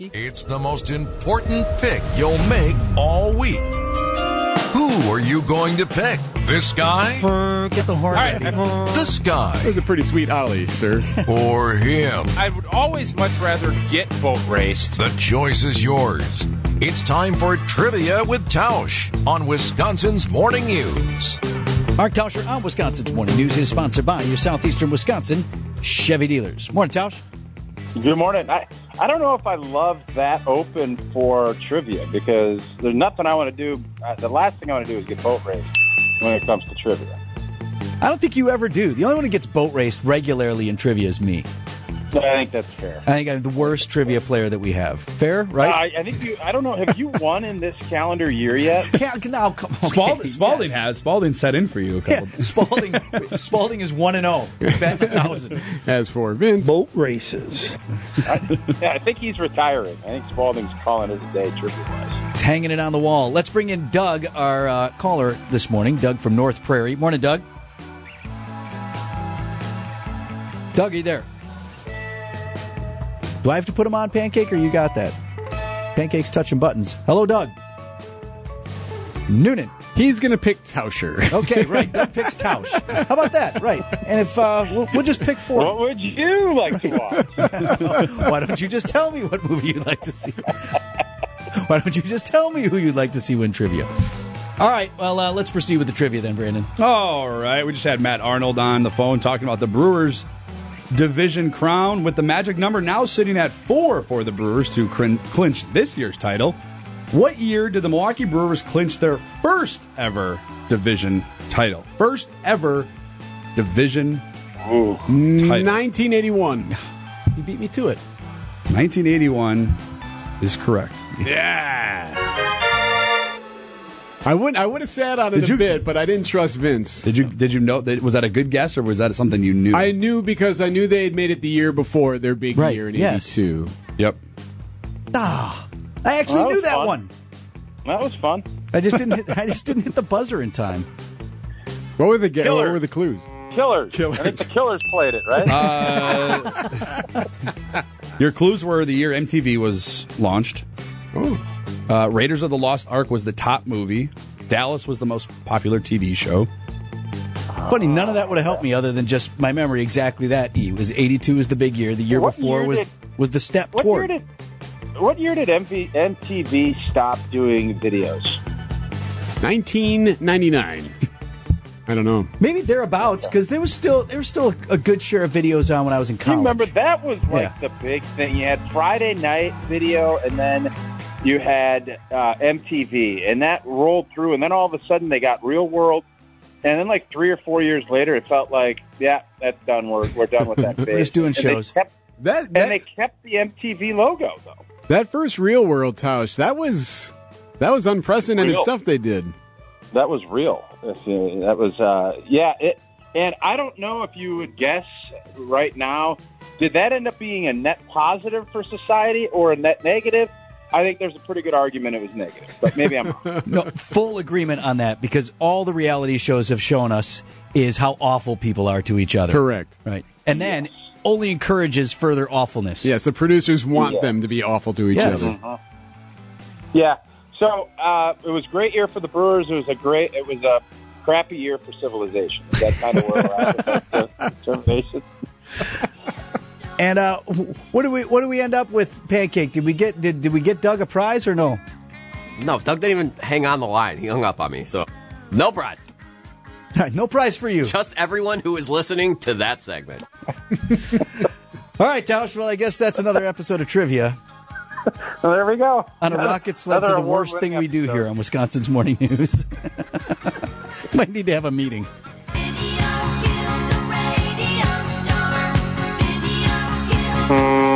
It's the most important pick you'll make all week. Who are you going to pick? This guy? Get the horn. right. ready. This That guy? was a pretty sweet ollie, sir. Or him? I would always much rather get boat raced. The choice is yours. It's time for Trivia with Tausch on Wisconsin's Morning News. Mark Tauscher on Wisconsin's Morning News is sponsored by your Southeastern Wisconsin Chevy dealers. Morning, Tausch. Good morning. I, I don't know if I love that open for trivia because there's nothing I want to do. Uh, the last thing I want to do is get boat raced when it comes to trivia. I don't think you ever do. The only one who gets boat raced regularly in trivia is me. I think that's fair. I think I'm the worst trivia player that we have. Fair, right? I, I think you. I don't know. Have you won in this calendar year yet? Can't- now, oh, come on. Spalding, Spalding yes. has. Spalding set in for you a Yeah, couple. Spalding, Spalding is 1 and oh. 0. Bet 1000. As for Vince, Boat races. Yeah, I think he's retiring. I think Spalding's calling it a day trivia wise. It's hanging it on the wall. Let's bring in Doug, our uh, caller this morning. Doug from North Prairie. Morning, Doug. Doug, are you there? Do I have to put him on pancake, or you got that? Pancake's touching buttons. Hello, Doug. Noonan. he's going to pick Tauscher. Okay, right. Doug picks Tausch. How about that? Right. And if uh, we'll, we'll just pick four. What would you like to watch? Why don't you just tell me what movie you'd like to see? Why don't you just tell me who you'd like to see win trivia? All right, well, uh, let's proceed with the trivia then, Brandon. All right. We just had Matt Arnold on the phone talking about the Brewers division crown with the magic number now sitting at four for the Brewers to crin- clinch this year's title. What year did the Milwaukee Brewers clinch their first ever division title? First ever division title. 1981. You beat me to it. 1981 is correct. I wouldn't. I would have sat on it Did a you- bit, but I didn't trust Vince. Did you did you know that was that a good guess or was that something you knew? I knew because I knew they had made it the year before their big Right, year in yes. '82. yep. Ah, I actually Well, that knew was that fun. one. That was fun. I just didn't. Hit, I just didn't hit the buzzer in time. What were the ge- what Killer. were the clues? Killers. Uh, I think Killers. the Killers played it, right? Your clues were the year MTV was launched. Uh, Raiders of the Lost Ark was the top movie. Dallas was the most popular TV show. Funny, none of that would have helped me other than just my memory. Exactly that. E was eighty-two was the big year. The year What before year was did- was the step what year toward. did What year did MV, MTV stop doing videos? 1999. I don't know. Maybe thereabouts because there was still there was still a good share of videos on when I was in You college. remember that was like Yeah. the big thing. You had Friday night video, and then you had uh, MTV, and that rolled through. And then all of a sudden, they got Real World, and then like three or four years later, it felt like, yeah, that's done. We're we're done with that. We're just doing and shows. They kept, That and that, they kept the MTV logo though. that first real world Tausch. That was that was unprecedented Real. stuff they did. That was real. That's, uh, That was uh, yeah. It, and I don't know if you would guess right now. Did that end up being a net positive for society or a net negative? I think there's a pretty good argument it was negative, but maybe I'm wrong. No, full agreement on that because all the reality shows have shown us is how awful people are to each other. Correct. Right. And then only encourages further awfulness. Yes, the producers want Yeah. them to be awful to each Yes. other. yeah. So uh, it was a great year for the Brewers. It was a great. It was a crappy year for civilization. Is that kind of where we're at? with that determination? And uh, wh- what do we what do we end up with? Pancake? Did we get did, did we get Doug a prize or no? No, Doug didn't even hang on the line. He hung up on me. So, no prize. no prize for you. Just everyone who is listening to that segment. All right, Tausch. Well, I guess that's another episode of trivia So there we go. on a rocket sled to the Another worst thing we do here on Wisconsin's morning news. Might need to have a meeting. Video killed the radio star. Video killed.